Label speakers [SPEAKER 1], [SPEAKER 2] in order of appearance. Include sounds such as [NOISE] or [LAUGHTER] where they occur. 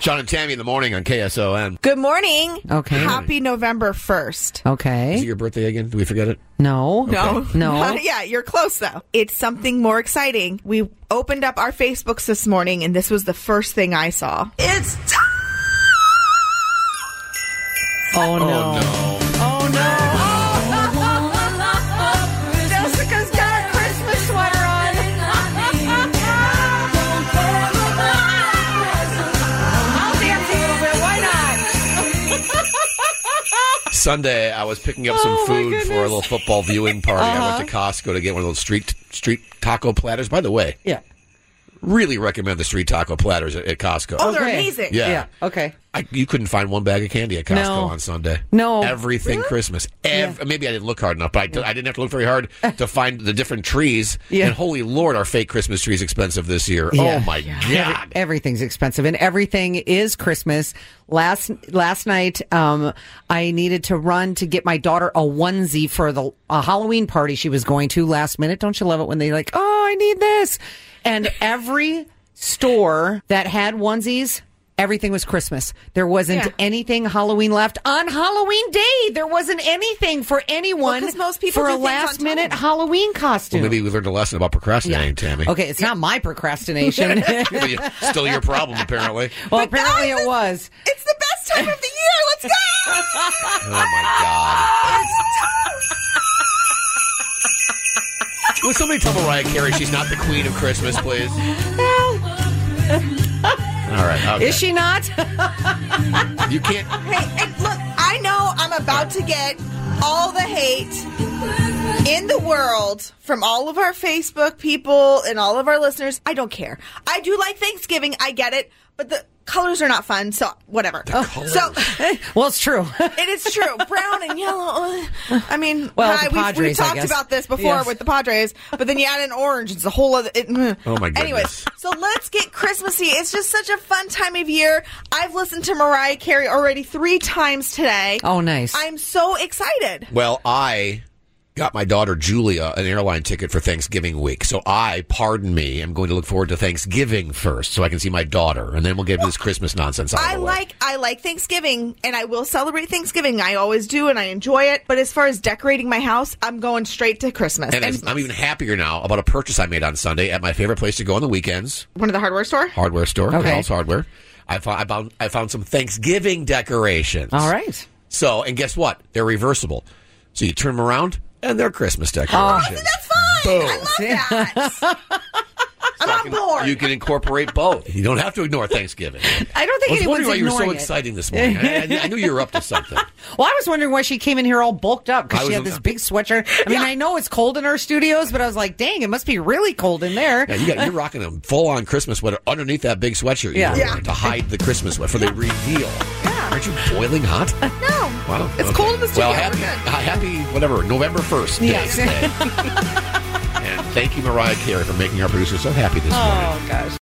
[SPEAKER 1] Sean and Tammy in the morning on KSON.
[SPEAKER 2] Good morning.
[SPEAKER 3] Okay.
[SPEAKER 2] Happy November 1st.
[SPEAKER 1] Is it
[SPEAKER 3] Okay.
[SPEAKER 1] your birthday again? Do we forget it?
[SPEAKER 3] No.
[SPEAKER 2] No. [LAUGHS]
[SPEAKER 3] No.
[SPEAKER 2] yeah, you're close though. It's something more exciting. We opened up our Facebooks this morning and this was the first thing I saw. It's time.
[SPEAKER 3] Oh no.
[SPEAKER 2] Oh no. Jessica's got a Christmas sweater on. I'll dance a little bit. Why not?
[SPEAKER 1] Sunday, I was picking up
[SPEAKER 3] Oh,
[SPEAKER 1] some food for a little football viewing party. I went to
[SPEAKER 3] Uh-huh.
[SPEAKER 1] Costco to get one of those street street taco platters. By the way,
[SPEAKER 3] Yeah.
[SPEAKER 1] really recommend the street taco platters at, at Costco.
[SPEAKER 2] Oh, they're
[SPEAKER 3] Okay.
[SPEAKER 2] amazing.
[SPEAKER 1] Yeah.
[SPEAKER 3] Yeah. Okay.
[SPEAKER 1] I, you couldn't find one bag of candy at Costco
[SPEAKER 3] No.
[SPEAKER 1] on Sunday.
[SPEAKER 3] No.
[SPEAKER 1] everything Christmas. Ev- Maybe I didn't look hard enough, but I, d- I didn't have to look very
[SPEAKER 3] [LAUGHS]
[SPEAKER 1] hard to find the different trees.
[SPEAKER 3] Yeah.
[SPEAKER 1] And holy lord, are fake Christmas trees expensive this year?
[SPEAKER 3] Yeah.
[SPEAKER 1] Oh my god!
[SPEAKER 3] Everything's expensive, and everything is Christmas. Last last night, um, I needed to run to get my daughter a onesie for the a Halloween party she was going to last minute. Don't you love it when they like, oh, I need this, and every store that had onesies. Everything was Christmas. There wasn't
[SPEAKER 2] Yeah.
[SPEAKER 3] anything Halloween left on Halloween day. There wasn't anything for anyone
[SPEAKER 2] 'cause most people
[SPEAKER 3] for
[SPEAKER 2] do
[SPEAKER 3] a
[SPEAKER 2] things on
[SPEAKER 3] last minute
[SPEAKER 2] time.
[SPEAKER 3] Halloween costume.
[SPEAKER 1] Maybe we learned a lesson about procrastinating, Tammy.
[SPEAKER 3] okay, it's not my
[SPEAKER 2] [LAUGHS]
[SPEAKER 3] procrastination. [LAUGHS]
[SPEAKER 1] Still your problem, apparently.
[SPEAKER 3] Well, apparently it was.
[SPEAKER 2] It's the best time of the year. Let's [LAUGHS] go.
[SPEAKER 1] Oh my god. Will somebody tell Mariah Carey she's not the queen of Christmas, please? All right. Okay.
[SPEAKER 3] Is she not? [LAUGHS]
[SPEAKER 1] You can't.
[SPEAKER 2] Hey, and look, I know I'm about to get all the hate in the world from all of our Facebook people and all of our listeners. I don't care. I do like Thanksgiving. I get it, but the colors are not fun. So whatever. Oh, So
[SPEAKER 3] well, it's true. [LAUGHS]
[SPEAKER 2] it is true. Brown and yellow. uh, I mean,
[SPEAKER 3] Well,
[SPEAKER 2] hi,
[SPEAKER 3] the
[SPEAKER 2] we've, we
[SPEAKER 3] Padres, I
[SPEAKER 2] talked
[SPEAKER 3] guess.
[SPEAKER 2] about this before
[SPEAKER 3] Yes.
[SPEAKER 2] with the Padres, but then you add an orange. It's a whole other. It, mm.
[SPEAKER 1] Oh, my
[SPEAKER 2] Anyway,
[SPEAKER 1] goodness.
[SPEAKER 2] so let's get Christmassy. It's just such a fun time of year. I've listened to Mariah Carey already three times today.
[SPEAKER 3] Oh, nice.
[SPEAKER 2] I'm so excited.
[SPEAKER 1] Well, I got my daughter Julia an airline ticket for Thanksgiving week. So I, pardon me, am going to look forward to Thanksgiving first so I can see my daughter, and then we'll get this Christmas nonsense out
[SPEAKER 2] I
[SPEAKER 1] of the way.
[SPEAKER 2] like I like Thanksgiving and I will celebrate Thanksgiving. I always do and I enjoy it. But as far as decorating my house, I'm going straight to Christmas.
[SPEAKER 1] And I'm- I'm even happier now about a purchase I made on Sunday at my favorite place to go on the weekends,
[SPEAKER 2] one of the hardware store.
[SPEAKER 1] hardware store,
[SPEAKER 3] Okay.
[SPEAKER 1] Carl's Hardware. I found, I found I found some Thanksgiving decorations.
[SPEAKER 3] All right.
[SPEAKER 1] So, and guess what? They're reversible. So you turn them around, and they're Christmas decorations.
[SPEAKER 2] Oh, That's fine. I love that. I'm on board.
[SPEAKER 1] you can incorporate both. You don't have to ignore
[SPEAKER 2] [LAUGHS]
[SPEAKER 1] Thanksgiving.
[SPEAKER 3] I don't think
[SPEAKER 1] I was
[SPEAKER 3] anyone's
[SPEAKER 1] wondering why you were so
[SPEAKER 3] ignoring it.
[SPEAKER 1] excited this morning. I, I- I knew you were up to something.
[SPEAKER 3] Well, I was wondering why she came in here all bulked up
[SPEAKER 1] I
[SPEAKER 3] because she
[SPEAKER 1] was-
[SPEAKER 3] had this big sweatshirt. I mean, I know it's cold in our studios, but I was like, dang, it must be really cold in there.
[SPEAKER 1] Yeah, you got, you're rocking a full-on Christmas sweater underneath that big sweatshirt. you
[SPEAKER 3] Yeah.
[SPEAKER 1] were wearing
[SPEAKER 2] Yeah.
[SPEAKER 1] To hide the Christmas sweater for the reveal. Aren't you boiling hot?
[SPEAKER 2] No.
[SPEAKER 1] Wow.
[SPEAKER 2] It's
[SPEAKER 1] okay.
[SPEAKER 2] cold in the studio.
[SPEAKER 1] Well,
[SPEAKER 2] We're
[SPEAKER 1] happy,
[SPEAKER 2] good.
[SPEAKER 1] uh, happy whatever, November 1st. day
[SPEAKER 2] [LAUGHS]
[SPEAKER 3] Yes.
[SPEAKER 1] today. and thank you, Mariah Carey, for making our producer so happy this morning.
[SPEAKER 3] Oh, gosh.